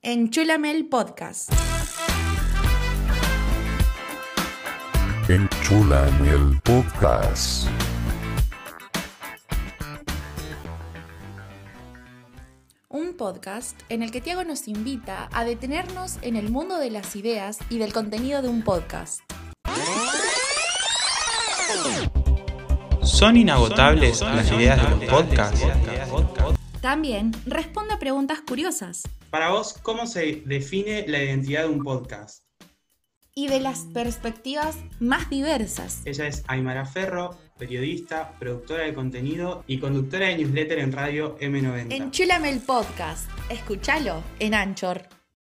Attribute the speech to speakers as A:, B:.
A: Enchúlame el podcast.
B: Enchúlame el podcast.
A: Un podcast en el que Tiago nos invita a detenernos en el mundo de las ideas y del contenido de un podcast.
C: ¿Son inagotables las ideas de los podcasts?
A: También responde a preguntas curiosas
D: Para vos, ¿cómo se define la identidad de un podcast?
A: y de las perspectivas más diversas.
D: Ella es Aymara Ferro, periodista, productora de contenido y conductora de newsletter en radio M90.
A: Enchúlame el podcast. Escúchalo en Anchor.